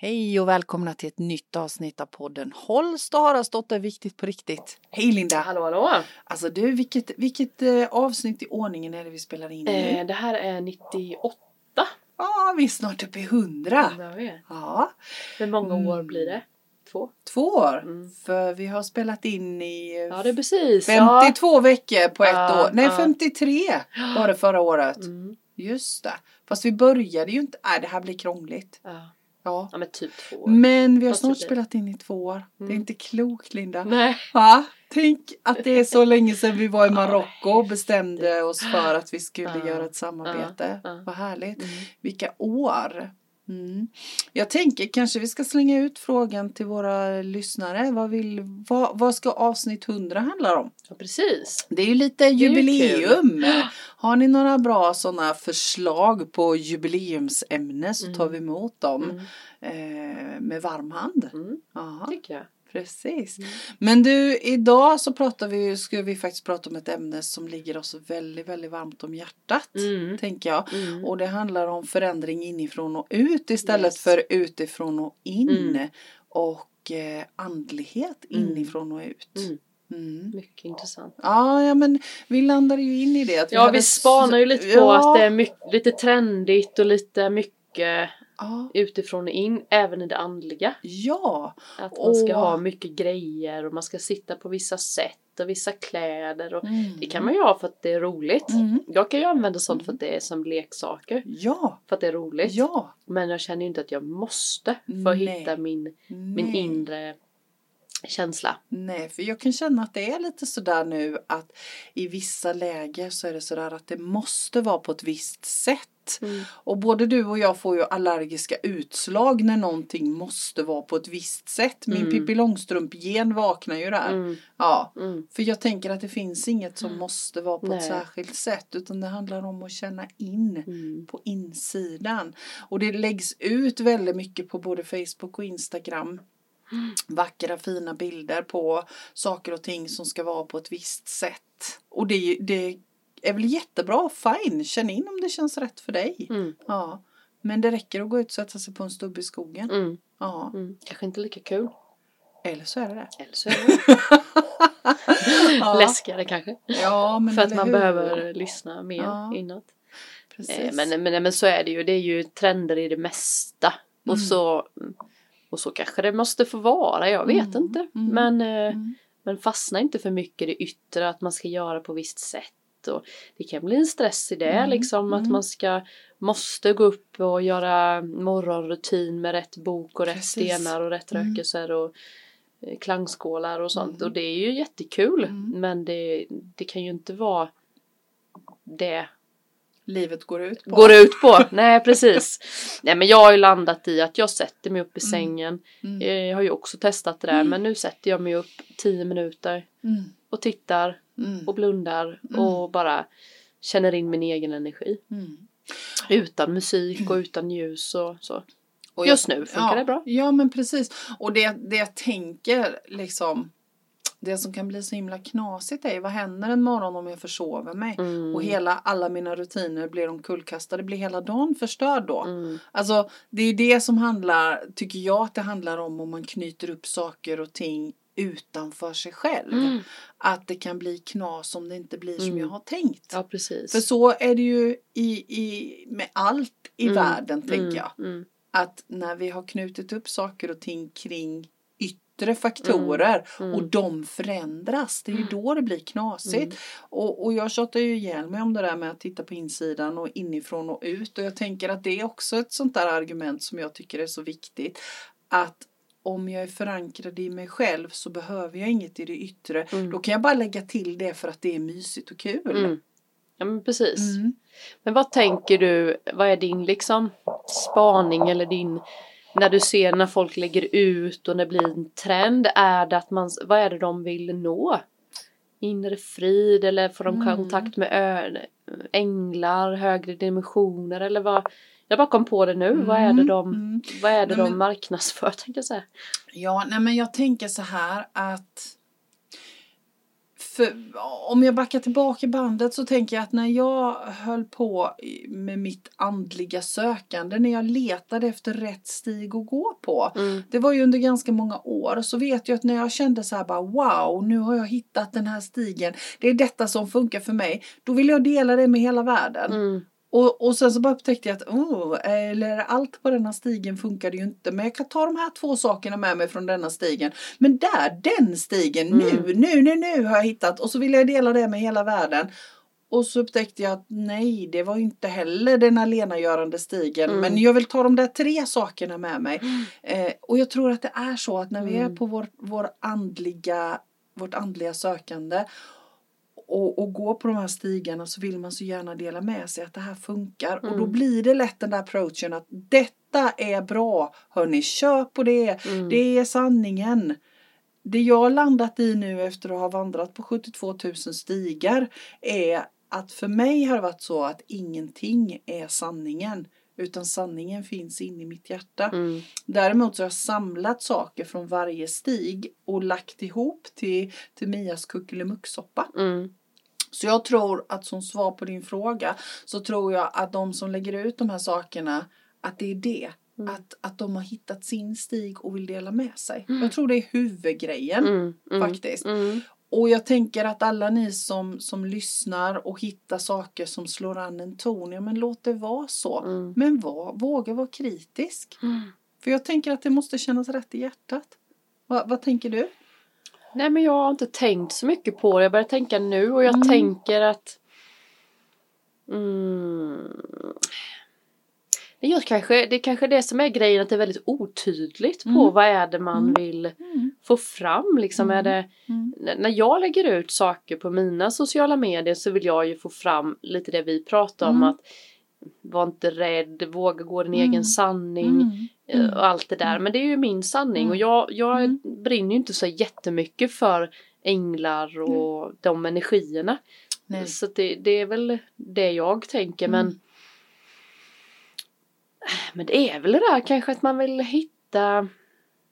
Hej och välkomna till ett nytt avsnitt av podden Håll Starastotter viktigt på riktigt. Hej Linda! Hallå hallå! Alltså du, vilket, vilket eh, avsnitt i ordningen är det vi spelar in nu? Eh, det här är 98. Ja, vi är snart uppe i 100. Jag vet. Ja, Hur många Mm. år blir det? Två? två år. Mm. För vi har spelat in i eh, Ja det är precis. 52 veckor på ett Ja, år. Nej, ja. 53 var det förra året. Ja. Mm. Just det. Fast vi började ju inte. Nej, det här blir krångligt. Ja. Ja. ja men typ två år. Men vi har Fast det snart blir- spelat in i två år. Det Mm. är inte klokt Linda. Nej. Va? Tänk att det är så länge sedan vi var i Ja, Marocko och bestämde oss för att vi skulle Ja, göra ett samarbete. ja, ja. Vad härligt. Mm. Vilka år! Mm. Jag tänker kanske vi ska slänga ut frågan till våra lyssnare. Vad, vill, vad, vad ska avsnitt 100 handla om? Ja precis. Det är ju lite ju jubileum. kul. Har ni några bra sådana förslag på jubileumsämne så tar vi emot dem Mm. eh, med varm hand. Mm. Ja. Tycker jag. Precis. Mm. Men du, idag så pratar vi, ju- ska vi faktiskt prata om ett ämne som ligger oss väldigt, väldigt varmt om hjärtat. Mm. Tänker jag. Mm. Och det handlar om förändring inifrån och ut istället Yes. för utifrån och in. Mm. Och eh, andlighet Mm. inifrån och ut. Mm. Mm. Mycket intressant. Ja, ja, men vi landade ju in i det. att Ja hade vi spanar ju lite på Ja, att det är mycket, lite trendigt och lite mycket ja, utifrån och in, även i det andliga. ja, Att man ska Åh. ha mycket grejer och man ska sitta på vissa sätt och vissa kläder. Och Mm. Det kan man ju ha för att det är roligt. Mm. Jag kan ju använda sånt för att det är som leksaker. Ja, För att det är roligt. Mm. ja. Men jag känner ju inte att jag måste för att Nej. hitta min, min Nej. inre känsla. Nej, för jag kan känna att det är lite sådär nu att i vissa läger så är det sådär att det måste vara på ett visst sätt. Och både du och jag får ju allergiska utslag när någonting måste vara på ett visst sätt. Min Mm. Pippi Långstrump-gen vaknar ju där. Mm. Ja, Mm. för jag tänker att det finns inget som måste vara på ett Nej. särskilt sätt utan det handlar om att känna in Mm. på insidan. Och det läggs ut väldigt mycket på både Facebook och Instagram. Vackra fina bilder på saker och ting som ska vara på ett visst sätt. Och det, det är väl jättebra, fine, känn in om det känns rätt för dig. Mm. Ja. Men det räcker att gå ut och sätta sig på en stubbe i skogen. Mm. Ja, Mm. Kanske inte lika kul. eller så är det det. Eller så är det Ja, läskigare kanske. ja men för att eller man hur? behöver lyssna mer Ja. inåt. Precis. Nej, men, men, men så är det ju. Det är ju trender i det mesta. Mm. Och, så, och så kanske det måste få vara. Jag vet Mm, inte. mm, Men, eh, mm. men fastna inte för mycket i det yttre. Att man ska göra på visst sätt. Och det kan bli en stress i det. Mm, Liksom, att mm. man ska, måste gå upp och göra morgonrutin med rätt bok och rätt Precis. stenar och rätt Mm. rökelser. Och, eh, klangskålar och sånt Mm. och det är ju jättekul Mm. men det, det kan ju inte vara det Livet går ut på. går det ut på. Nej precis. Nej men jag har ju landat i att jag sätter mig upp i Mm. sängen. Mm. Eh, Jag har ju också testat det där Mm. men nu sätter jag mig upp 10 minuter Mm. och tittar Mm. och blundar och bara känner in min egen energi. Mm. Utan musik och utan ljus och så. Och jag- Just nu funkar ja, det bra. Ja, men precis. Och det, det jag tänker liksom, det som kan bli så himla knasigt är vad händer en morgon om jag försover mig? Mm. Och hela, alla mina rutiner blir omkullkastade, blir hela dagen förstörd då? Mm. Alltså, det är ju det som handlar, tycker jag att det handlar om, om man knyter upp saker och ting utanför sig själv. Mm. Att det kan bli knas om det inte blir som Mm. jag har tänkt. Ja precis. För så är det ju i, i, med allt i Mm. världen, tänker Mm, jag Mm. att när vi har knutit upp saker och ting kring yttre faktorer Mm. och de förändras, det är ju då det blir knasigt. Och, och jag tjatar ju ihjäl mig om det där med att titta på insidan och inifrån och ut och jag tänker att det är också ett sånt där argument som jag tycker är så viktigt. Att om jag är förankrad i mig själv så behöver jag inget i det yttre. Mm. Då kan jag bara lägga till det för att det är mysigt och kul. Mm. Ja men precis. Mm. Men vad tänker du, vad är din liksom spaning eller din när du ser när folk lägger ut och när det blir en trend, är det att man, vad är det de vill nå? Inre frid eller får de Mm. kontakt med ö, änglar, högre dimensioner eller vad? Jag bara kom på det nu, vad är det de, Mm. vad är det Nej, de men- marknadsför tänkte jag säga? Ja, nej men jag tänker så här att För om jag backar tillbaka i bandet så tänker jag att när jag höll på med mitt andliga sökande, när jag letade efter rätt stig att gå på. Mm. Det var ju under ganska många år så vet jag att när jag kände så här bara wow, nu har jag hittat den här stigen. Det är detta som funkar för mig. Då vill jag dela det med hela världen. Mm. Och, och sen så bara upptäckte jag att oh, eller allt på denna stigen funkade ju inte. Men jag kan ta de här två sakerna med mig från denna stigen. Men där, den stigen, nu, Mm. nu, nu, nu har jag hittat. Och så ville jag dela det med hela världen. Och så upptäckte jag att nej, det var ju inte heller den alenagörande stigen. Mm. Men jag vill ta de där tre sakerna med mig. Eh, och jag tror att det är så att när vi är Mm. på vår, vår andliga, vårt andliga sökande och, och går på de här stigarna så vill man så gärna dela med sig att det här funkar. Och då Mm. blir det lätt den där approachen att detta är bra, hörni, kör på det. Mm. Det är sanningen. Det jag har landat i nu efter att ha vandrat på 72 000 stigar är att för mig har det varit så att ingenting är sanningen. Utan sanningen finns inne i mitt hjärta. Mm. Däremot så har jag samlat saker från varje stig och lagt ihop till, till Mias kuckelimucksoppa. Mm. Så jag tror att som svar på din fråga så tror jag att de som lägger ut de här sakerna att det är det. Mm. Att, att de har hittat sin stig och vill dela med sig. Mm. Jag tror det är huvudgrejen Mm. Mm. faktiskt. Mm. Och jag tänker att alla ni som, som lyssnar och hittar saker som slår an en ton, ja men låt det vara så. Mm. Men var, våga vara kritisk. Mm. För jag tänker att det måste kännas rätt i hjärtat. Va, vad tänker du? Nej men jag har inte tänkt så mycket på det. Jag börjar tänka nu och jag Mm. tänker att... Mm. Det, gör kanske, det är kanske det som är grejen att det är väldigt otydligt på Mm. vad är det man Mm. vill få fram liksom. Mm. Är det, Mm. N- när jag lägger ut saker på mina sociala medier så vill jag ju få fram lite det vi pratar om Mm. att var inte rädd, våga gå din Mm. egen sanning eh, Mm. och allt det där. Men det är ju min sanning Mm. och jag, jag Mm. brinner ju inte så jättemycket för änglar och de energierna. Mm. Nej. Mm. Så att det, det är väl det jag tänker men äh, men det är väl det där kanske att man vill hitta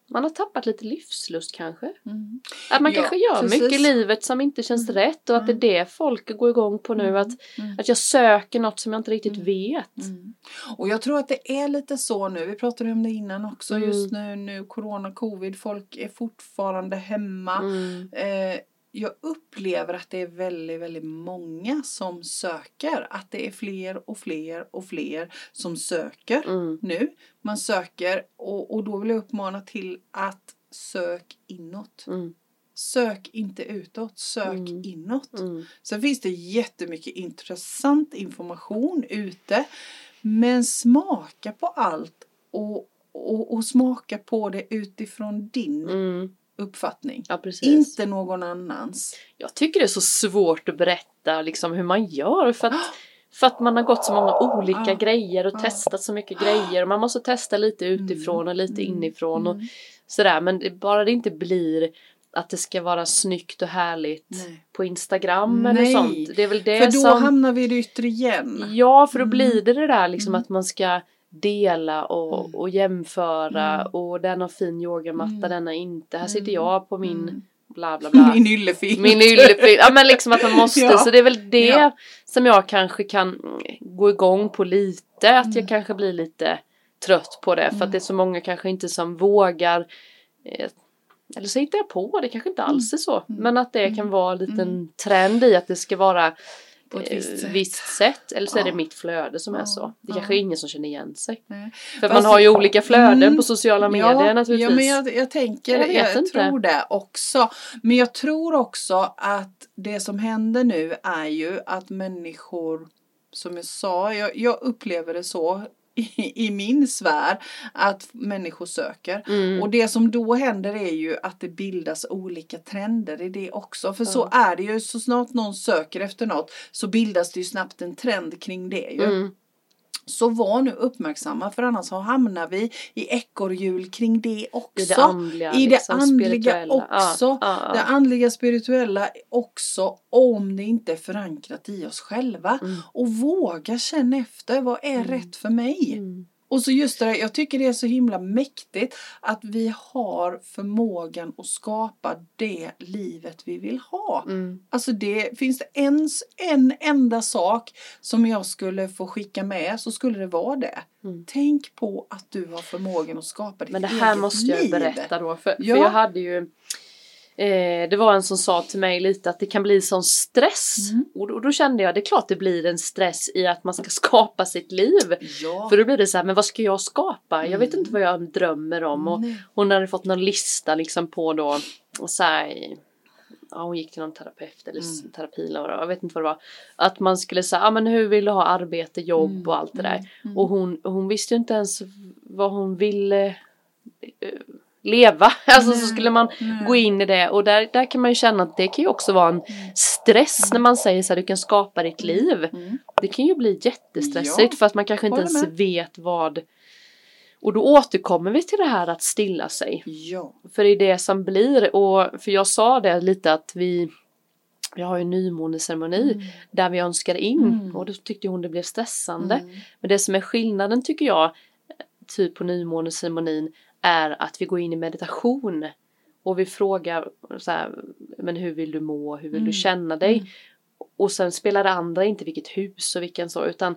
man har tappat lite livslust kanske. Mm. Att man Ja, kanske gör precis. mycket i livet som inte känns Mm. rätt och att det är Mm. det folk går igång på nu. Mm. Att, Mm. att jag söker något som jag inte riktigt Mm. vet. Mm. Och jag tror att det är lite så nu, vi pratade om det innan också, Mm. just nu, nu corona, covid, folk är fortfarande hemma. Mm. Eh, jag upplever att det är väldigt, väldigt många som söker, att det är fler och fler och fler som söker. Mm. nu. Man söker och, och då vill jag uppmana till att sök inåt. Mm. Sök inte utåt, sök Mm. inåt. Mm. Sen finns det jättemycket intressant information ute. Men smaka på allt och, och, och smaka på det utifrån din Mm. uppfattning. Ja precis. Inte någon annans. Jag tycker det är så svårt att berätta liksom, hur man gör för att, för att man har gått så många olika Ja. grejer och Ja. testat så mycket grejer. Och man måste testa lite utifrån och lite Ah. Mm. inifrån och Mm. sådär. Men det, bara det inte blir att det ska vara snyggt och härligt Nej. på Instagram eller Nej. sånt. Det är väl det För då som... hamnar vi i det yttre igen. Ja, för då Mm. blir det det där liksom Mm. att man ska dela och, Mm. och jämföra Mm. och den har fin yogamatta, Mm. den har inte. Här Mm. sitter jag på min Mm. bla bla bla. Min yllefilm. Min yllefil. Ja men liksom att man måste. Ja. Så det är väl det Ja. som jag kanske kan mm, gå igång på lite. Att Mm. jag kanske blir lite trött på det. För Mm. att det är så många kanske inte som vågar. Eh, eller så hittar jag på det. kanske inte alls är så. Mm. Men att det Mm. kan vara en liten Mm. trend i att det ska vara På ett eh, visst sätt. sätt. Eller så är det Ja. mitt flöde som är Ja, så. Det ja. kanske är ingen som känner igen sig. Nej. För Fast- man har ju olika flöden Mm. på sociala medier naturligtvis. Ja, men jag, jag tänker, Jag jag, vet inte. tror det också. Men jag tror också att det som händer nu är ju att människor, som jag sa, jag, jag upplever det så i, i min sfär, att människor söker. mm. Och det som då händer är ju att det bildas olika trender i det också. För så Ja. är det ju, så snart någon söker efter något så bildas det ju snabbt en trend kring det ju. Mm. Så var nu uppmärksamma för annars så hamnar vi i ekorrhjul kring det också. I det andliga, liksom, i det andliga spirituella. också. Ja, ja, Det ja. andliga spirituella också om det inte är förankrat i oss själva. Mm. Och våga känna efter, vad är Mm. rätt för mig? Mm. Och Och så just det där, jag tycker det är så himla mäktigt att vi har förmågan att skapa det livet vi vill ha. Mm. Alltså det, finns det ens en enda sak som jag skulle få skicka med så skulle det vara det. Mm. Tänk på att du har förmågan att skapa ditt Men det eget här måste jag liv. berätta då. För, Ja. för jag hade ju eh, Det var en som sa till mig lite att det kan bli sån stress. Mm. Och, då- och då kände jag det är klart det blir en stress i att man ska skapa sitt liv. Ja. För då blir det så här, men vad ska jag skapa? Jag vet Mm. inte vad jag drömmer om. Och Nej. hon hade fått någon lista liksom på då, och så här, ja, hon gick till någon terapeut eller Mm. mm. terapi eller vad det var, jag vet inte vad det var. Att man skulle säga, ja men hur vill du ha arbete, jobb Mm, och allt det där. mm, mm. Och hon, hon visste ju inte ens vad hon ville eh, leva. Alltså så Nej. skulle man Nej. gå in i det och där, där kan man ju känna att det kan ju också vara en stress när man säger så här, du kan skapa ditt liv. Mm. Det kan ju bli jättestressigt för att man kanske inte håller ens med. vet vad och då återkommer vi till det här att stilla sig. Ja. För det är det som blir och för jag sa det lite att vi vi har ju en nymåneceremoni där vi önskar in Mm. och då tyckte hon det blev stressande. Mm. Men det som är skillnaden tycker jag, typ på nymåneseremonin, är att vi går in i meditation och vi frågar så här, men hur vill du må, hur vill Mm. du känna dig? Mm. Och sen spelar det andra inte vilket hus och vilken så, utan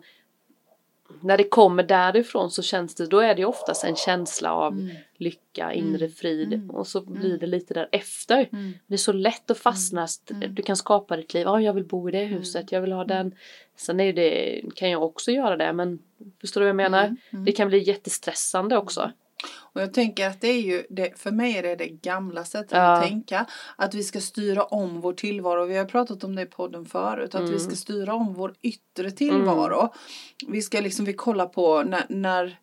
när det kommer därifrån så känns det, då är det ju oftast en känsla av Mm. lycka, inre Mm. frid Mm. och så blir Mm. det lite därefter. Mm. Det är så lätt att fastna. att Mm. Du kan skapa ditt liv. Ja, jag vill bo i det huset. Jag vill ha den. Sen är det, kan jag också göra det. Men förstår du vad jag menar? Mm. Mm. Det kan bli jättestressande också. Och jag tänker att det är ju, det, för mig är det det gamla sättet Ja. att tänka. Att vi ska styra om vår tillvaro. Vi har pratat om det i podden förut. Att Mm. vi ska styra om vår yttre tillvaro. Vi ska liksom, vi kollar på när, när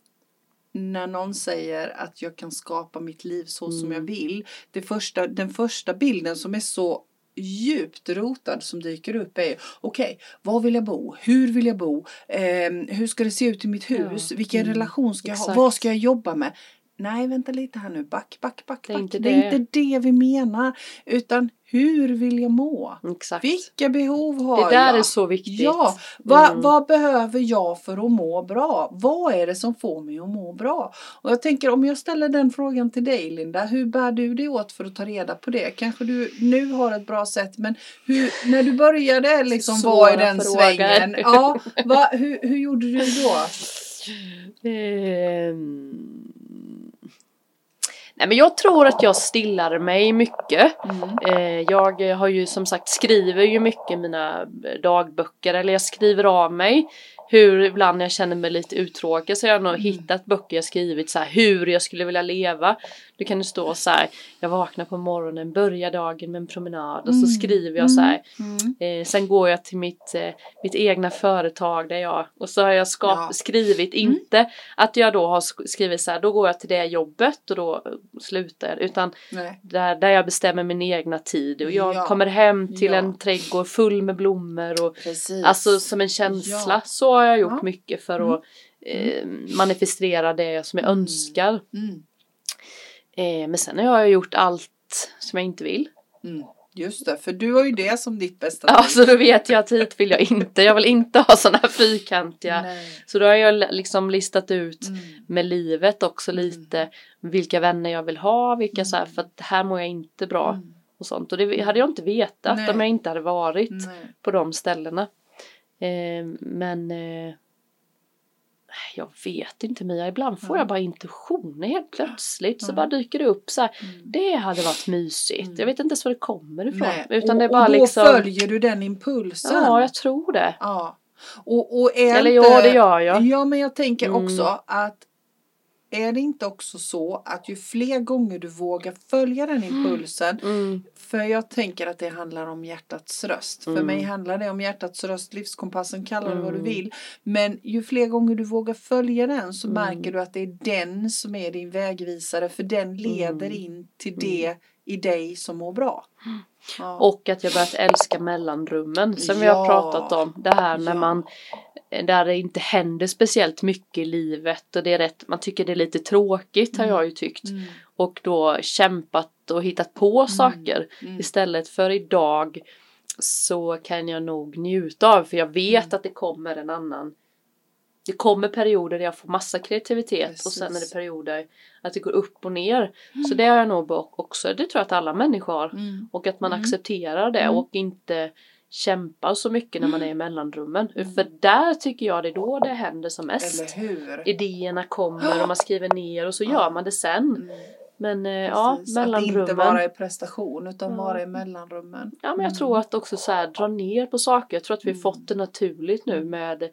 när någon säger att jag kan skapa mitt liv så som Mm. jag vill. Det första, den första bilden som är så djupt rotad som dyker upp är okej, var vill jag bo? Hur vill jag bo? Ehm, hur ska det se ut i mitt Ja. hus? Vilken Mm. relation ska jag Exakt. ha? Vad ska jag jobba med? Nej, vänta lite här nu. Back, back, back, Det är back. inte det är det. inte det vi menar. Utan hur vill jag må? Exakt. Vilka behov har Det där jag? är så viktigt. Ja, vad, Mm. vad behöver jag för att må bra? Vad är det som får mig att må bra? Och jag tänker om jag ställer den frågan till dig Linda, hur bär du dig åt för att ta reda på det? Kanske du nu har ett bra sätt, men hur, när du började liksom Svåra vara i den frågor. svängen, ja, vad- hur, hur gjorde du då? Ehm. Nej men jag tror att jag stillar mig mycket. Mm. Eh, Jag har ju som sagt skriver ju mycket i mina dagböcker eller jag skriver av mig hur ibland jag känner mig lite uttråkad så jag har nog Mm. hittat böcker jag skrivit så här hur jag skulle vilja leva. Då kan det stå så här jag vaknar på morgonen, börjar dagen med en promenad och så Mm. skriver jag så här. Mm. Eh, sen går jag till mitt, eh, mitt egna företag där jag och så har jag skap, Ja. skrivit Mm. inte att jag då har sk- skrivit så här då går jag till det jobbet och då eh, slutar jag utan Nej. där, där jag bestämmer min egna tid och jag Ja. kommer hem till Ja. en trädgård full med blommor och Precis. alltså som en känsla. Ja. Så har jag gjort Ja. mycket för Mm. att eh, manifestera det som jag Mm. önskar. mm. Eh, men sen har jag gjort allt som jag inte vill. Mm. Just det, för du har ju det som ditt bästa Ja, tips. så Alltså, då vet jag att hit vill jag inte. Jag vill inte ha sådana här fyrkantiga. Nej. Så då har jag li- liksom listat ut Mm. med livet också lite vilka vänner jag vill ha, vilka Mm. så här för att här mår jag inte bra Mm. och sånt. Och det hade jag inte vetat Nej. Mm. om jag inte hade varit. Nej. på de ställena. Eh, men eh, jag vet inte Mia, ibland får Ja. jag bara intuitioner helt plötsligt så Ja. bara dyker det upp så här. Mm. Det hade varit mysigt. Mm. Jag vet inte ens var det kommer ifrån. Nej, Utan och, det är bara och då liksom. följer du den impulsen. Ja, jag tror det. Ja. Och, och är Eller inte... ja, det gör jag. Ja, men jag tänker Mm. också att är det inte också så att ju fler gånger du vågar följa den impulsen, Mm. för jag tänker att det handlar om hjärtats röst. För Mm. mig handlar det om hjärtats röst, livskompassen, kalla det vad du Mm. vill. Men ju fler gånger du vågar följa den så Mm. märker du att det är den som är din vägvisare, för den leder Mm. in till det i dig som mår bra. Ja. Och att jag börjat älska mellanrummen som vi Ja. har pratat om. Det här när Ja. man där det inte händer speciellt mycket i livet och det är rätt, man tycker det är lite tråkigt har Mm. jag ju tyckt. Mm. och då kämpat och hittat på saker. Mm. Istället för idag så kan jag nog njuta av för jag vet Mm. att det kommer en annan Det kommer perioder där jag får massa kreativitet och Precis. sen är det perioder att det går upp och ner. Så det har jag nog bak- också, det tror jag att alla människor har. Mm. Och att man Mm. accepterar det Mm. och inte kämpar så mycket när man är i mellanrummen. För där tycker jag det är då det händer som mest. Mm. Eller hur? Idéerna kommer och man skriver ner och så gör man det sen. Mm. Men eh, ja, Precis, att inte mellanrummen. vara i prestation utan Ja. vara i mellanrummen. Ja men jag Mm. tror att också så här dra ner på saker. Jag tror att vi har Mm. fått det naturligt nu med,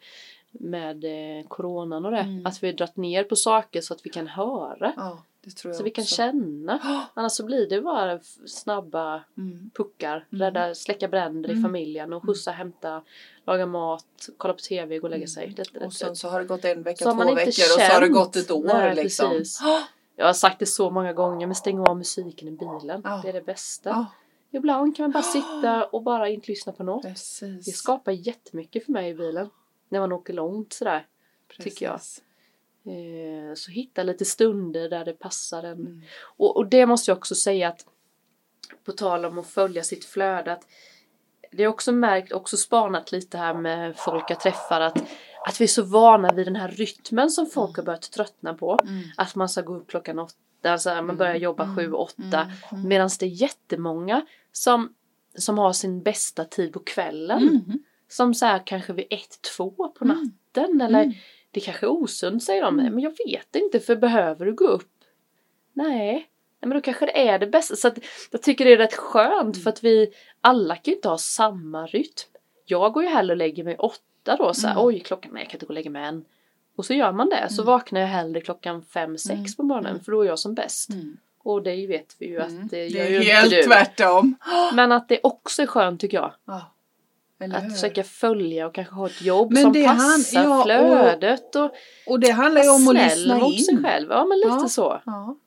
med eh, coronan och det. Mm. Att vi har dragit ner på saker så att vi kan höra. Ja, det tror jag Så vi kan också. känna. Ja, Annars så blir det bara f- snabba Mm. puckar. Mm. Rädda, släcka bränder i Mm. familjen och skjussa, hämta, laga mat, kolla på TV, gå och lägga sig. Mm. Det, det, det, Och sen det. så har det gått en vecka, Så har två man veckor inte och så har det känt. gått ett år Nej, liksom. precis. Ja, Jag har sagt det så många gånger men stäng av musiken i bilen. Ja. Det är det bästa. ja, Ibland kan man bara Ja. sitta och bara inte lyssna på något. precis. Det skapar jättemycket för mig i bilen. När man åker långt sådär. tycker jag. Precis. Eh, Så hitta lite stunder där det passar en. Mm. Och, och det måste jag också säga att på tal om att följa sitt flöde att det är också märkt, också spanat lite här med folk jag träffar att, att vi är så vana vid den här rytmen som folk har börjat tröttna på. Mm. Att man ska gå upp klockan åtta, alltså man börjar Mm, jobba mm, sju, åtta. Mm. Mm. Medan det är jättemånga som, som har sin bästa tid på kvällen. Mm. Som så här kanske vid ett, två på Mm. natten eller det kanske är osunt säger de. Mm. Men jag vet inte för behöver du gå upp? Nej. Nej men då kanske det är det bästa. Så att jag tycker det är rätt skönt för att vi alla kan ju inte ha samma rytm. Jag går ju hellre och lägger mig åtta då så här, Mm. oj klockan, nej jag kan inte gå och lägga mig än. Och så gör man det. Så Mm. vaknar jag hellre klockan fem, sex Mm. på morgonen för då är jag som bäst. Mm. Och det vet vi ju att det gör är ju helt inte du. tvärtom. Men att det också är skönt tycker jag. Ja, eller Att hur? försöka följa och kanske ha ett jobb Men som det är han- passar ja, och- flödet och Och det handlar ju om att snäll lyssna mot sig in. själv. Ja men lite Ja. så. Ja,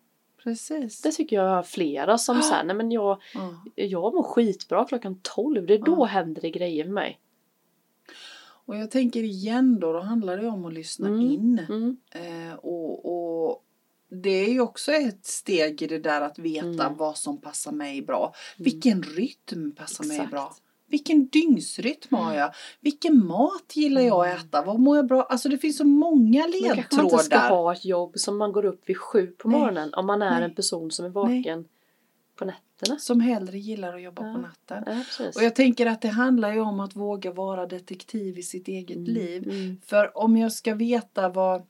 precis. Det tycker jag har flera som säger nej men jag, Ja. jag mår skitbra klockan 12. Det är då Ja. händer det grejer med mig. Och jag tänker igen då, då handlar det ju om att lyssna Mm. in. Mm. Eh, och, och det är ju också ett steg i det där att veta Mm. vad som passar mig bra. Vilken rytm passar mig Exakt. bra? Vilken dygnsrytm har jag? Vilken mat gillar jag att Mm. äta? Vad mår jag bra? Alltså det finns så många Man kanske man inte ska ledtrådar. ha ett jobb som man går upp vid sju på Nej. morgonen om man är Nej. en person som är vaken på nätterna. Som hellre gillar att jobba Ja. på natten. Ja, precis. Och jag tänker att det handlar ju om att våga vara detektiv i sitt eget Mm, liv. Mm. För om jag ska veta vad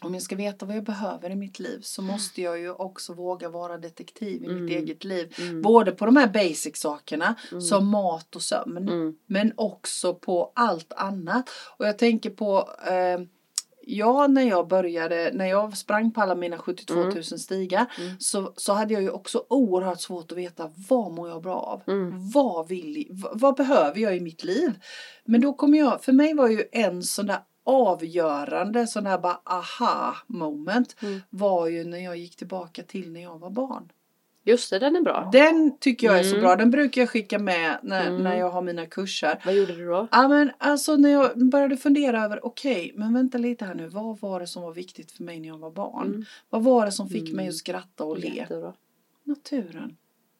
om jag ska veta vad jag behöver i mitt liv så måste jag ju också våga vara detektiv i mitt Mm. eget liv. Mm. Både på de här basic sakerna Mm. som mat och sömn. Mm. Men också på allt annat. Och jag tänker på eh, Ja, när jag började, när jag sprang på alla mina 72 000 Mm. stigar Mm. så, så hade jag ju också oerhört svårt att veta vad mår jag bra av? Mm. Vad, vill, vad, vad behöver jag i mitt liv? Men då kommer jag, för mig var ju en sån där avgörande sån där bara aha moment Mm. var ju när jag gick tillbaka till när jag var barn. Just det, den är bra. Den tycker jag är så Mm. bra, den brukar jag skicka med när, Mm. när jag har mina kurser. Vad gjorde du då? Ja men alltså när jag började fundera över okej men vänta lite här nu vad var det som var viktigt för mig när jag var barn? Mm. Vad var det som fick Mm. mig att skratta och le? Jättebra. Naturen.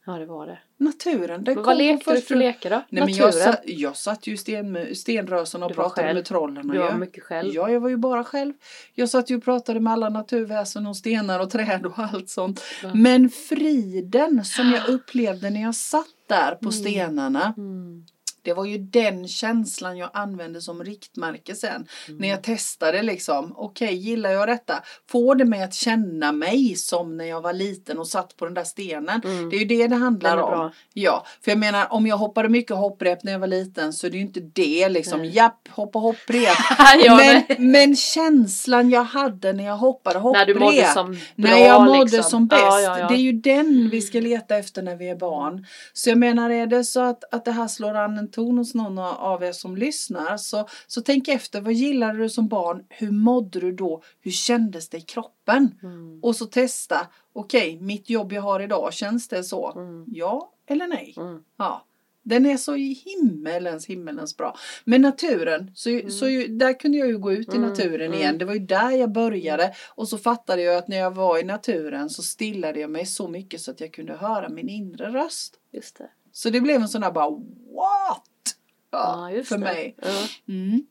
Ja, det var det. Naturen. Den Men kom vad på lekte du första- för lekar då? Nej, men Naturen? jag, satt, jag satt ju i sten, stenrösen och Du var pratade själv. med trollen. Du var Jag, mycket själv. ja, jag var ju bara själv. Jag satt ju och pratade med alla naturväsen och stenar och träd och allt sånt. Ja. Men friden som jag upplevde när jag satt där på Mm. stenarna. Mm. Det var ju den känslan jag använde som riktmärke sen. Mm. När jag testade liksom, okej gillar jag detta? Får det mig att känna mig som när jag var liten och satt på den där stenen? Mm. Det är ju det det handlar Den är om. bra. Ja, för jag menar om jag hoppade mycket hopprep när jag var liten så är det ju inte det liksom, Nej. japp, hoppa hopprep. ja, men, men, men känslan jag hade när jag hoppade hopprep. när du mådde som bra När jag mådde liksom. som bäst. Ja, ja, ja. Det är ju den vi ska leta efter när vi är barn. Så jag menar, är det så att, att det här slår an en ton hos någon av er som lyssnar så, så tänk efter, vad gillade du som barn? Hur mådde du då? Hur kändes det i kroppen? Mm. Och så testa, okej, mitt jobb jag har idag, känns det så? Mm. Ja eller nej? Mm. Ja. Den är så i himmelens himmelens bra. Men naturen, så, så ju, där kunde jag ju gå ut i Mm, naturen mm. igen. Det var ju där jag började. Och så fattade jag att när jag var i naturen så stillade jag mig så mycket så att jag kunde höra min inre röst. Just det. Så det blev en sån där bara what? Ja, Ja, just för det. mig. Ja. Mm.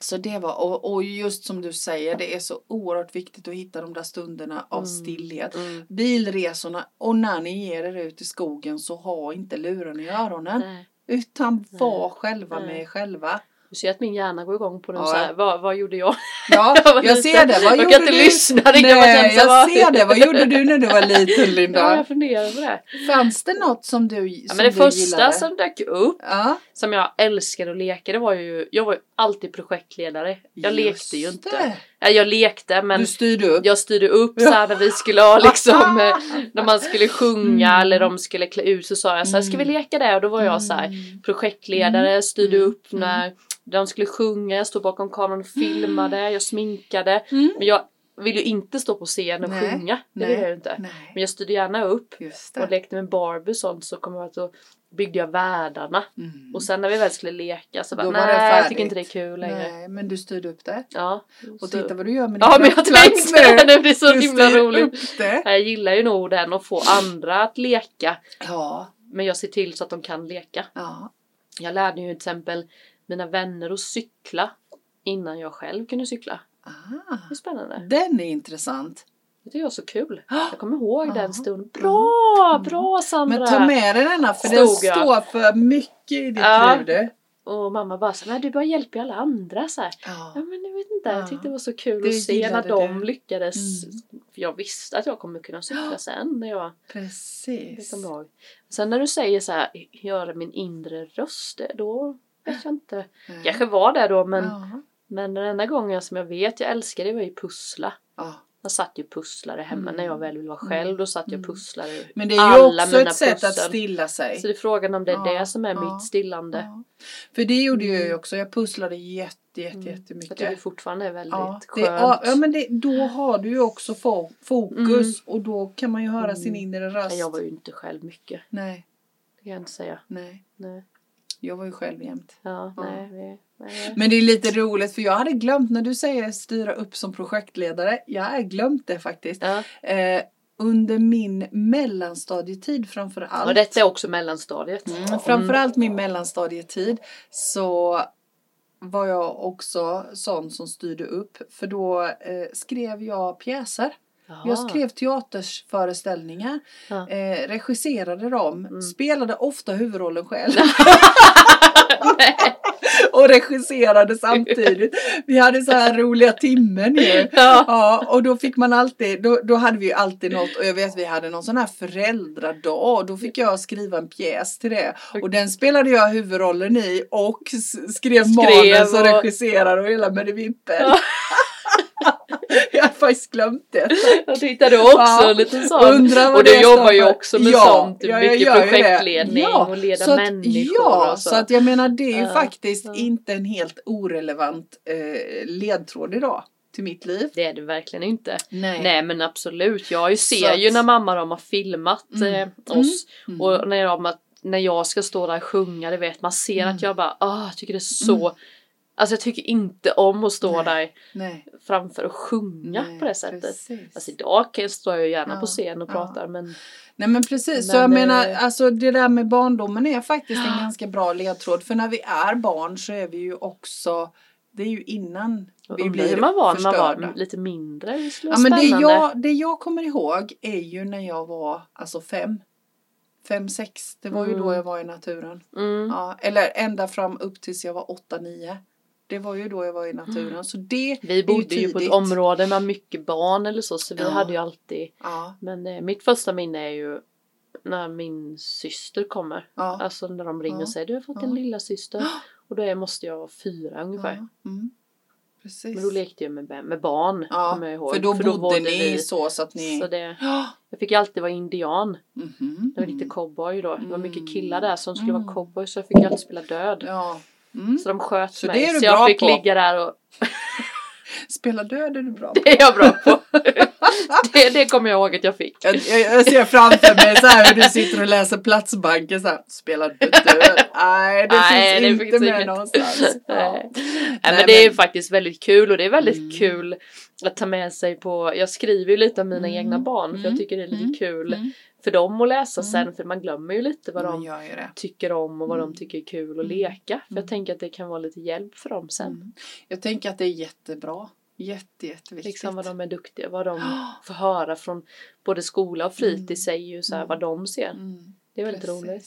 Så det var, och, och just som du säger, det är så oerhört viktigt att hitta de där stunderna av Mm. stillhet. Mm. Bilresorna och när ni ger er ut i skogen så ha inte luren i öronen. Nej. Utan var själva Nej. med er själva. Du ser att min hjärna går igång på den Ja. så här, vad, vad gjorde jag? Ja, jag ser det. Vad jag gjorde kan inte du? lyssna. Det kan vara Nej, känsla, jag vad- ser det. Vad gjorde du när du var liten Ja, Linda? jag funderar på det. Fanns det något som du, som Ja, men det du första gillade? som dök upp Ja, som jag älskade att leka det var ju, jag var ju alltid projektledare. Jag just lekte ju inte. det. Nej, jag lekte men Du styrde upp. jag styrde upp Ja. Ah! så här när vi skulle ha liksom, eh, när man skulle sjunga Mm. eller de skulle klä ut så sa jag så här, ska vi Mm. leka det? Och då var jag så här, Mm. projektledare, styrde Mm. upp när de skulle sjunga, jag stod bakom kameran och filmade, jag sminkade. Mm. Men jag vill ju inte stå på scen och Nej, sjunga, det nej, vill jag ju inte. Men Nej, jag styrde gärna upp just och det. lekte med Barbie och sånt så kom jag att då byggde jag världarna. Mm. Och sen när vi väl skulle leka så bara, Då var det nej jag tycker färdigt." inte det är kul längre. Nej, men du styrde upp det. Ja, Och så- titta vad du gör med Ja men jag plats tänkte det, det blir så Du himla styr roligt. upp det. Jag gillar ju nog den att få andra att leka. Ja, Men jag ser till så att de kan leka. ja. Jag lärde ju till exempel mina vänner att cykla innan jag själv kunde cykla. Ah. Det är spännande. Den är intressant. Det tycker jag är så kul. Jag kommer ihåg Ja. Mm. den stunden. Bra! Bra Sandra! Men ta med dig denna för den Stod jag. står för mycket i ditt Ja. liv du. Och mamma bara så här, "Men du bara hjälper ju alla andra så här. Ja Ja. men jag vet inte, Ja. jag tyckte det var så kul Det att se när gillade de du. lyckades. Mm. För jag visste att jag kommer kunna cykla sen när jag Det Precis. kommer jag ihåg. Liksom Sen när du säger så här, göra min inre röst, eh, då vet jag inte. Ja. kanske var det då, men, Mm. Ja. men den enda gången som jag vet jag älskade det var ju pussla. Ja. Jag satt ju och pusslade hemma Mm. när jag väl ville vara själv. Då satt jag och Mm. pusslade Men det är ju Alla också mina ett sätt att pussel. stilla sig. Så det är frågan om det är Ja, det som är ja, mitt stillande. Ja. För det gjorde jag ju Mm. också. Jag pusslade jätte, jätte, Mm. jättemycket. Jag tycker det fortfarande är väldigt Ja, det, skönt. ja, ja, men det, då har du ju också fo- fokus Mm. och då kan man ju höra sin Mm. inre röst. Men Jag var ju inte själv mycket. Nej, Det kan jag inte säga. nej. Nej. Jag var ju själv jämt. Ja, Ja. nej, vi- nej. Men det är lite roligt för jag hade glömt när du säger styra upp som projektledare. Jag har glömt det faktiskt. Ja. Eh, under min mellanstadietid framför Och allt. detta är också mellanstadiet. Mm, framförallt min mellanstadietid så var jag också sån som styrde upp för då eh, skrev jag pjäser. Mm. Jag skrev teatersföreställningar, Ja. eh, regisserade dem, Mm. spelade ofta huvudrollen själv Nej. och regisserade samtidigt. Vi hade så här roliga timmen ju. Ja. Ja, och då fick man alltid, då, då hade vi ju alltid något och jag vet vi hade någon sån här föräldradag och då fick jag skriva en pjäs till det. Och den spelade jag huvudrollen i och s- skrev, Skrev manus och, och- regisserade och hela medevippen. Ja. jag har faktiskt glömt det. Jag tittade också Ja. lite sånt. Undrar vad Och du det jobbar står ju för. också med Ja, sånt, ja, jag mycket gör ju det. projektledning Ja, och leda så att, människor Ja, och så. så att jag menar det är ju Ja, faktiskt ja. inte en helt orelevant eh, ledtråd idag till mitt liv. Det är det verkligen inte. Nej. Nej men absolut, jag har ju- Så ser att- ju när mamma och de har filmat Mm. eh, Mm. oss Mm. och när, de, när jag ska stå där och sjunga, det vet man ser Mm. att jag bara, ah, jag tycker det är så Alltså jag tycker inte om att stå Nej. där Nej. framför och sjunga Nej, på det sättet. Precis. Alltså idag kan- står jag ju gärna Ja, på scen och ja. pratar men Nej men precis, så Men, jag menar eh, alltså det där med barndomen är faktiskt en Ja. ganska bra ledtråd för när vi är barn så är vi ju också det är ju innan vi då blir blir man van, man förstörda. var lite mindre. Det skulle ja, vara men det, spännande. jag, det jag kommer ihåg är ju när jag var alltså fem. Fem, sex. Det var ju då Mm. jag var i naturen. Mm. Ja, eller ända fram upp tills jag var åtta, nio. Det var ju då jag var i naturen. Mm. Så det... Vi är ju bodde ju på ett tidigt. område med mycket barn eller så, så vi Ja. hade ju alltid. Ja, Men eh, mitt första minne är ju när min syster kommer. ja. Alltså när de ringer Ja. och säger du har fått Ja. en lilla syster Och då är, måste jag vara fyra ungefär. ja. Mm. Precis. Men då lekte jag med, med barn, ja, kommer jag ihåg. för då bodde var det ni så så att ni... Så det, Ja. jag fick ju alltid vara indian. Mhm. Jag var lite cowboy då. Det var Mm. mycket killar där som skulle Mm. vara cowboy så jag fick ju alltid spela död. Ja. Mm. Så de sköt Så mig. det är du så jag bra fick på. ligga där och Spela död är du bra på. det är jag bra på. det, det kommer jag ihåg att jag fick. Jag, jag, jag ser framför mig så här hur du sitter och läser Platsbanken så här, spelar du död? Nej, det finns Nej, det inte finns med inget. någonstans. Ja. Nej. Nej, Nej, men det är men- faktiskt väldigt kul och det är väldigt Mm. kul att ta med sig på, jag skriver ju lite om mina Mm. egna barn för Mm. jag tycker det är lite Mm. kul Mm. för dem att läsa Mm. sen för man glömmer ju lite vad de Man gör ju det. tycker om och vad Mm. de tycker är kul att Mm. leka. För Mm. jag tänker att det kan vara lite hjälp för dem sen. Mm. Jag tänker att det är jättebra. Jätte, jätteviktigt. Liksom vad de är duktiga, vad de Ja. får höra från både skola och Mm. fritids säger ju så här Mm. vad de ser. Mm, Det är väldigt precis. roligt.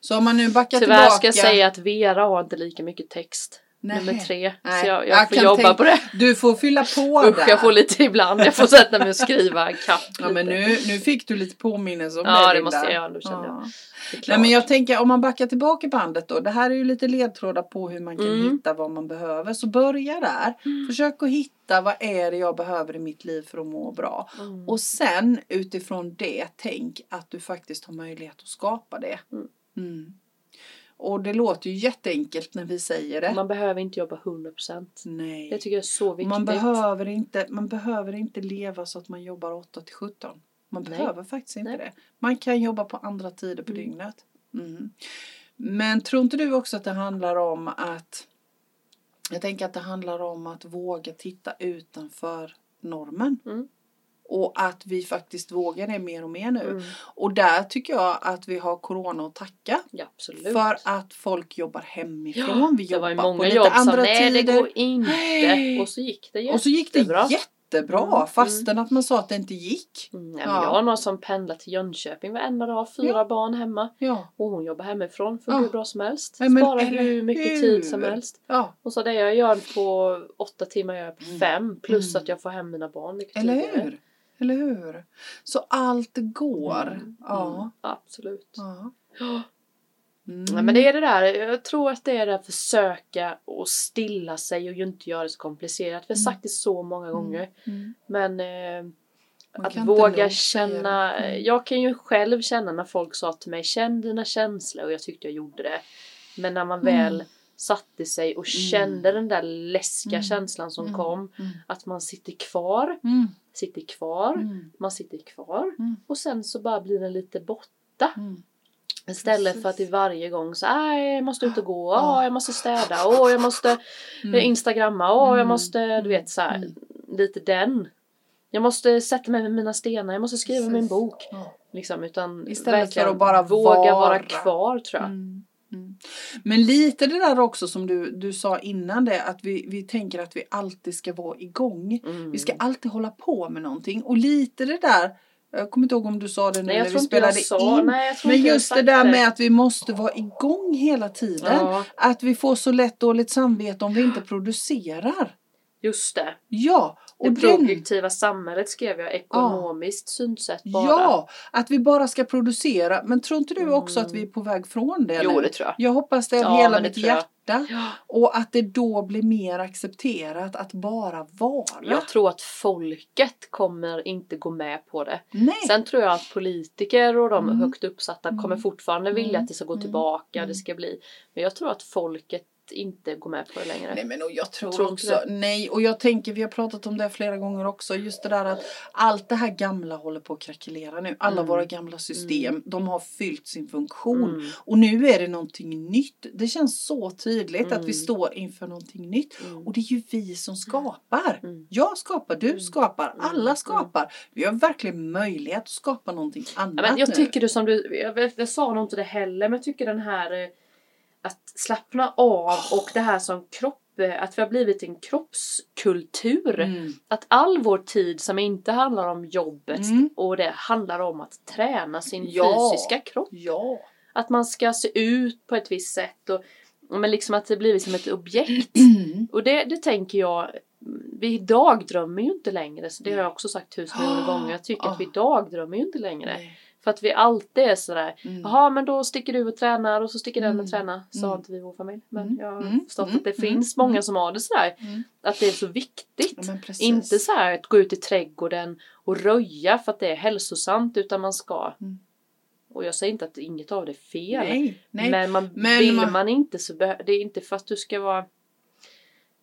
Så om man nu backar Tyvärr tillbaka. ska jag säga att Vera har inte lika mycket text. Nej. Nummer tre. Nej, Så jag, jag, jag får kan jobba tänka- på det. Du får fylla på Usch, där. jag får lite ibland. Jag får sätta mig och skriva kapp Ja, men lite. nu, nu fick du lite påminnelse om Ja, det Linda. måste jag göra nu känner jag. Ja. Det är klart. Nej, men jag tänker om man backar tillbaka bandet då. Det här är ju lite ledtrådar på hur man kan Mm. hitta vad man behöver. Så börja där. Mm. Försök att hitta vad är det jag behöver i mitt liv för att må bra. Mm. Och sen utifrån det, tänk att du faktiskt har möjlighet att skapa det. Mm. Mm. Och det låter ju jätteenkelt när vi säger det. Man behöver inte jobba 100%. Nej. Mm. Det tycker jag är så viktigt. Man behöver, inte, man behöver inte leva så att man jobbar 8 till 17. Man Nej. behöver faktiskt inte Nej. det. Man kan jobba på andra tider på Mm. dygnet. Mm. Men tror inte du också att det handlar om att jag tänker att det handlar om att våga titta utanför normen. Mm. Och att vi faktiskt vågar det mer och mer nu. Mm. Och där tycker jag att vi har corona att tacka. Ja, absolut. För att folk jobbar hemifrån. Ja, vi det var jobbar ju på många lite jobb som andra nej det tider. går inte. Nej. Och så gick det Och så gick det jättebra. jättebra, Mm, fastän att man sa att det inte gick. Mm, nej, men Ja. Jag har någon som pendlar till Jönköping varenda dag, fyra Ja. barn hemma. Ja. Och hon jobbar hemifrån för Ja. hur bra som helst. Nej, men Sparar eller hur mycket hur? tid som helst. ja. Och så det jag gör på åtta timmar gör jag på Mm. fem. Plus Mm. att jag får hem mina barn mycket Eller tidigare. hur? Eller hur? Så allt går. Mm, Ja. Mm, absolut. ja. Ja. Mm. Nej, men det är det där, jag tror att det är det att försöka och stilla sig och ju inte göra det så komplicerat. Vi har Mm. sagt det så många Mm. gånger. Mm. Men eh, Man att kan inte våga nog säga det. känna. Mm. Jag kan ju själv känna när folk sa till mig känn dina känslor och jag tyckte jag gjorde det. Men när man Mm. väl satte sig och kände den där läskiga Mm. känslan som Mm. kom. Mm. Att man sitter kvar, Mm. sitter kvar, Mm. man sitter kvar. Mm. Och sen så bara blir den lite borta. Mm. Istället Precis. för att det varje gång så "Aj, jag måste ut och gå, Ja. åh, jag måste städa, åh, jag måste eh, instagramma, åh, jag Mm. måste, du vet så här, Mm. lite den. Jag måste sätta mig med mina stenar, jag måste skriva Precis. min bok. Ja. Liksom, utan Istället för verkligen att bara våga vara. vara kvar tror jag. Mm. Mm. Men lite det där också som du, du sa innan det att vi, vi tänker att vi alltid ska vara igång. Mm. Vi ska alltid hålla på med någonting. Och lite det där, jag kommer inte ihåg om du sa det nu nej, när jag vi tror inte jag spelade sa, in. nej, jag tror Men inte jag just det sagt där med att vi måste vara igång hela tiden. Ja, Att vi får så lätt dåligt samvete om vi inte producerar. just det. Ja, Det och den, produktiva samhället skrev jag, ekonomiskt synsätt bara. ja, att vi bara ska producera. Men tror inte du också Mm. att vi är på väg från det Jo, nu? det tror jag. Jag hoppas det av Ja, hela men det mitt tror jag. hjärta. Ja. Och att det då blir mer accepterat att bara vara. Jag tror att folket kommer inte gå med på det. Nej. Sen tror jag att politiker och de Mm. högt uppsatta Mm. kommer fortfarande vilja Mm. att det ska gå Mm. tillbaka, Mm. det ska bli. Men jag tror att folket inte går med på det längre. Nej men och jag tror, Tror inte också, nej och jag tänker, vi har pratat om det flera gånger också, just det där att allt det här gamla håller på att krackelera nu. Alla Mm. våra gamla system, de har fyllt sin funktion. Mm. Och nu är det någonting nytt. Det känns så tydligt att vi Mm. står inför någonting nytt. Mm. Och det är ju vi som skapar. Mm. Jag skapar, du Mm. skapar, Mm. alla skapar. Vi har verkligen möjlighet att skapa någonting annat Ja, men jag nu. tycker du som du, jag, vet- jag sa nog inte det heller, men jag tycker den här eh, att slappna av och det här som kropp, eh, att vi har blivit en kroppskultur. mm. Att all vår tid som inte handlar om jobbet Mm. och det handlar om att träna sin Ja. fysiska kropp. Ja. Att man ska se ut på ett visst sätt och och men liksom att det blivit som ett objekt. Mm. Och det, det tänker jag, vi idag drömmer ju inte längre, så det har jag också sagt tusen miljoner gånger, jag tycker att vi idag drömmer ju inte längre. Ah. Nej. För att vi alltid är sådär, Mm. jaha men då sticker du och tränar och så sticker den Mm. och tränar, sa Mm. inte vi i vår familj. Men Mm. jag har Mm. förstått Mm. att det Mm. finns Mm. många som har det sådär, Mm. att det är så viktigt. Ja, men precis. Inte så här att gå ut i trädgården och röja för att det är hälsosamt utan man ska. Mm. Och jag säger inte att inget av det är fel. Nej, nej. Men, man, Men vill man- man, inte så behöver det är inte för att du ska vara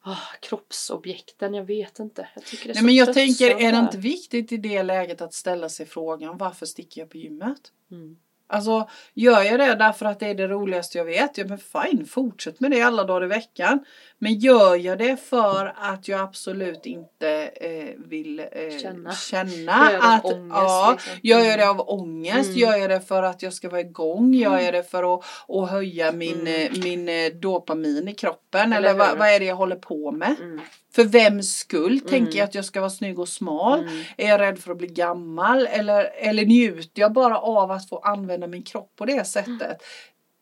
ah, kroppsobjekten, jag vet inte. Jag tycker det är Nej, så men jag tröttsamt tänker, är det här. inte viktigt i det läget att ställa sig frågan varför sticker jag på gymmet? Mm. Alltså, gör jag det därför att det är det roligaste jag vet? Ja, men fine, fortsätt med det alla dagar i veckan. Men gör jag det för att jag absolut inte eh, vill eh, Känna. känna, Gör jag det att... av ångest, ja, liksom? Gör jag det av ångest? Mm. Gör jag det för att jag ska vara igång? Gör jag det för att, att höja min, Mm. eh, min eh, dopamin i kroppen? Eller Eller, vad hur? vad är det jag håller på med? Mm. För vems skull Mm. tänker jag att jag ska vara snygg och smal? Mm. Är jag rädd för att bli gammal? Eller, eller njuter jag bara av att få använda min kropp på det sättet?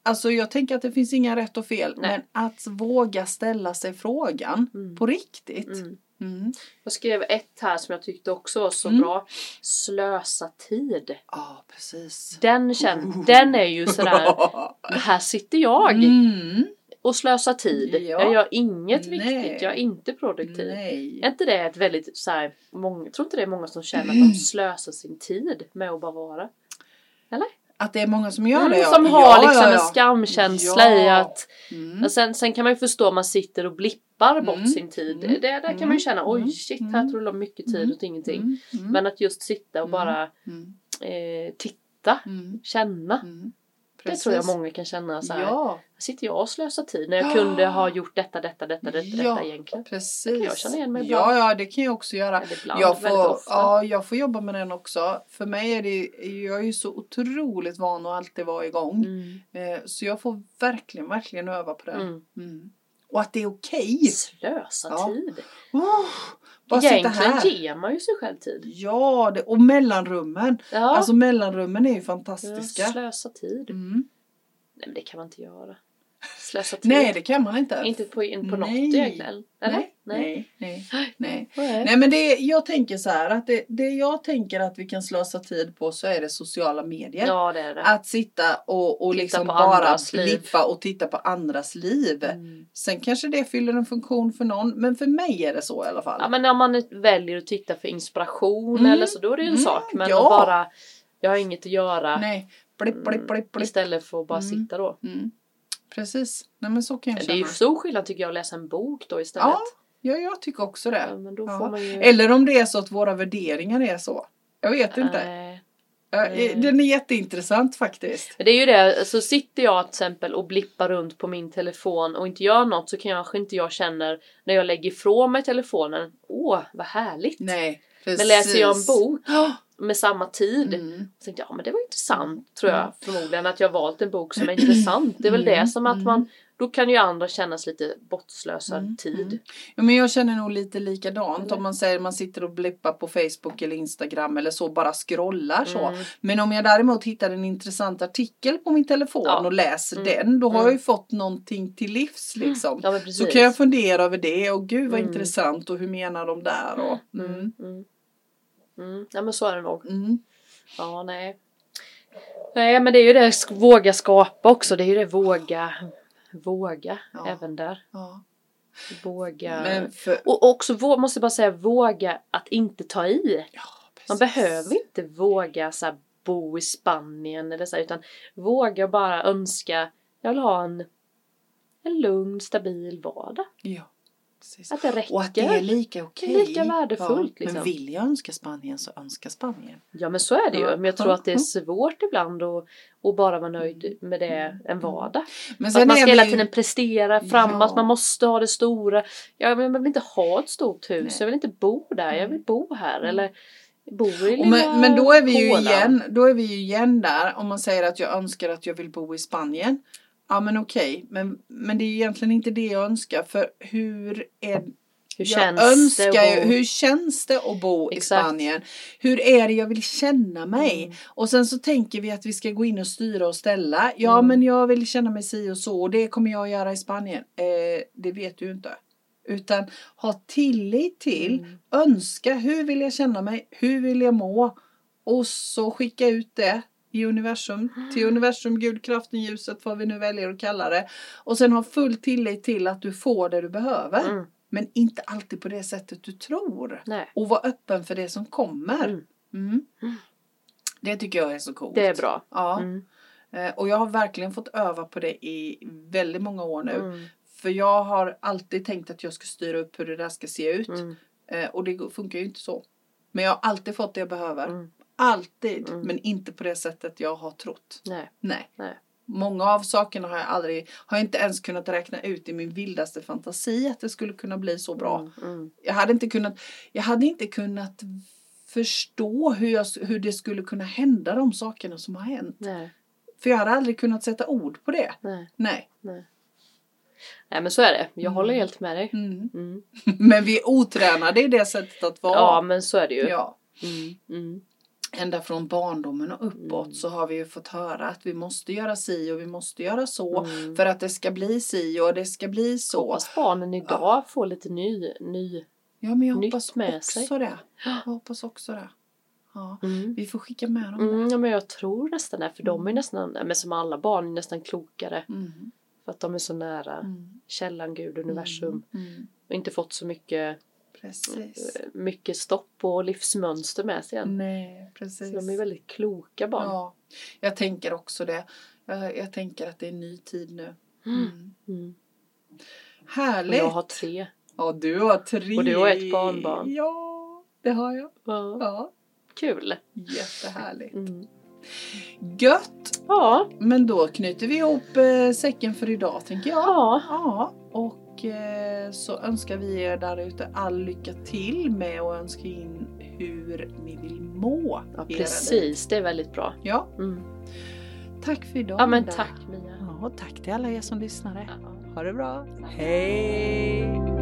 Alltså jag tänker att det finns inga rätt och fel. Mm. Nej. Men att våga ställa sig frågan Mm. på riktigt. Mm. Mm. Jag skrev ett här som jag tyckte också var så Mm. bra. Slösa tid. Ja, precis. Den, känn, Ooh. den är ju sådär, här sitter jag Mm. och slösar tid. Ja. Jag gör inget Nej. viktigt, jag är inte produktiv. Är Nej. inte det ett väldigt så här, många, tror inte det är många som känner att de slösar sin tid med att bara vara? Att det är många som gör det. Mm, ja. som Ja, har liksom ja, ja. en skamkänsla i Ja. att Mm. Men sen, sen kan man ju förstå om man sitter och blippar bort Mm. sin tid. Mm. Det, där kan Mm. man ju känna, oj Mm. shit, Mm. här tog de mycket tid Mm. åt ingenting. Mm. Mm. Men att just sitta och Mm. bara Mm. eh, titta, Mm. känna. Mm. Det Precis. tror jag många kan känna så här. Ja, Sitter jag och slösar tid när jag Ja. kunde ha gjort detta, detta, detta, detta, detta Ja. egentligen? precis. jag känna igen mig ja, ja, det kan jag också göra. Eller ibland, jag, väldigt får, ofta. ja, jag får jobba med den också. För mig är det, jag är ju så otroligt van att alltid vara igång. Mm. Eh, Så jag får verkligen, verkligen öva på det. Mm. Mm. Och att det är okej. Slösa Ja. tid. Oh, bara sitta Egentligen här. ger man ju sig själv tid. Ja, det, och mellanrummen. Ja. Alltså mellanrummen är ju Ja, fantastiska. slösa tid. Mm. Nej men det kan man inte göra. Slösa tid. Nej, det kan man inte. Inte på, in på något Nej. egentligen. Eller? Nej, nej, nej. nej. Nej. Nej men det, jag tänker så här att det, det jag tänker att vi kan slösa tid på så är det sociala medier. Ja det är det. Att sitta och, och Titta liksom på bara andras liv. blippa och titta på andras liv. Mm. Sen kanske det fyller en funktion för någon men för mig är det så i alla fall. Ja men när man väljer att titta för inspiration Mm. eller så då är det ju en Mm, sak. Men ja. att bara jag har inget att göra Nej, blipp Mm, blipp blipp blipp. istället för att bara Mm. sitta då. Mm. Precis, nej men så kan jag Det är känna. ju stor skillnad tycker jag att läsa en bok då istället. Ja, Ja, jag tycker också det. men då Ja. får man ju... Eller om det är så att våra värderingar är så. Jag vet inte. Nej. Jag- nej. Den är jätteintressant faktiskt. Men det är ju det, så sitter jag till exempel och blippar runt på min telefon och inte gör något så kanske inte jag känner när jag lägger ifrån mig telefonen, åh vad härligt. Nej, precis. men läser jag en bok Ja. med samma tid Mm. Så tänkte jag, ja men det var intressant tror jag Mm. förmodligen att jag valt en bok som är intressant. Det är väl Mm, det som att mm. man, då kan ju andra kännas lite bortslösad Mm, tid. mm. Ja, men jag känner nog lite likadant Eller? om man säger man sitter och blippar på Facebook eller Instagram eller så bara scrollar så. Mm. Men om jag däremot hittar en intressant artikel på min telefon Ja. och läser Mm. den då har Mm. jag ju fått någonting till livs liksom. Ja men precis. Så kan jag fundera över det och gud vad Mm. intressant och hur menar de där och Mm, mm. mm. Mm. Ja men så är det nog. Mm. Ja nej. Nej men det är ju det, sk- våga skapa också. Det är ju det, våga. Våga Ja. även där. Ja. Våga. Men för... Och också vå- måste jag bara säga våga att inte ta i. ja, precis. Man behöver inte våga så här, bo i Spanien eller så här, utan våga bara önska, jag vill ha en, en lugn, stabil vardag. Ja, precis. Att det räcker. Och att det är lika okej. lika värdefullt, ja. liksom. Men vill jag önska Spanien så önska Spanien. Ja men så är det ju, Ja. Mm. men jag tror att det är svårt ibland att, att bara vara nöjd med det, Mm. en vardag. Men Att man är ska vi hela Alltså, ju- tiden prestera framåt, Ja. man måste ha det stora. Jag vill jag vill inte ha ett stort hus, Nej. Mm. jag vill inte bo där, jag vill bo här eller bo i lilla Och men, men då är vi ju Polen. igen, då är vi ju igen där om man säger att jag önskar att jag vill bo i Spanien. Ja men okej, men, men det är ju egentligen inte det jag önskar för hur är Hur jag känns önskar det? ju, att bo- hur känns det att bo Exakt. i Spanien? Hur är det jag vill känna mig? Mm. Och sen så tänker vi att vi ska gå in och styra och ställa. Ja Mm. men jag vill känna mig si och så och det kommer jag göra i Spanien. Eh, det vet du ju inte. Utan ha tillit till Mm. önska hur vill jag känna mig, hur vill jag må och så skicka ut det i universum, Ah. till universum, Gud, kraften, ljuset, vad vi nu väljer att kalla det. Och sen ha full tillit till att du får det du behöver. Mm. Men inte alltid på det sättet du tror. Nej. Och var öppen för det som kommer. Mm. Mm. Mm. Det tycker jag är så coolt. Det är bra. Ja. Mm. Eh, Och jag har verkligen fått öva på det i väldigt många år nu. Mm. För jag har alltid tänkt att jag ska styra upp hur det där ska se ut. Mm. Eh, och det funkar ju inte så. Men jag har alltid fått det jag behöver. Mm. Alltid. Mm. Men inte på det sättet jag har trott. Nej. Nej. Nej. Många av sakerna har jag aldrig, har jag inte ens kunnat räkna ut i min vildaste fantasi att det skulle kunna bli så bra. Mm. Mm. Jag hade inte kunnat, jag hade inte kunnat förstå hur, jag, hur det skulle kunna hända de sakerna som har hänt. Nej. För jag hade aldrig kunnat sätta ord på det. Nej. Nej. Nej men så är det. Jag Mm. håller helt med dig. Mm. Mm. Men vi är otränade i det sättet att vara. Ja men så är det ju. Ja. Mm. Mm. Ända från barndomen och uppåt Mm. så har vi ju fått höra att vi måste göra si och vi måste göra så. Mm. För att det ska bli si och det ska bli så. Hoppas barnen idag får lite ny, ny. Ja men jag Nytt hoppas med också sig. det. Jag hoppas också det. Ja. Mm. Vi får skicka med dem. Mm, ja, men jag tror nästan det, för de är nästan, men som alla barn, är nästan klokare. Mm. För att de är så nära Mm. källan, Gud, universum. Mm. Och inte fått så mycket, Precis. eh, mycket stopp och livsmönster med sig än. Nej, Mm. Så precis. de är väldigt kloka barn. ja. Jag tänker också det. Jag, jag tänker att det är en ny tid nu. Mm. Mm. Mm. Och Härligt! jag har tre. Ja, du har tre. Och du har ett barnbarn. Ja, det har jag. Ja. Ja, Kul! jättehärligt. Mm. Gött! Ja, Men då knyter vi ihop eh, säcken för idag, tänker jag. ja. Ja, och eh, så önskar vi er där ute all lycka till med att önska in hur ni vill må. ja i era liv. precis. Det är väldigt bra. Ja, Mm. tack för idag. Ja, men Linda. tack Mia. Ja, och tack till alla er som lyssnade. Ja. Ha det bra. Hej!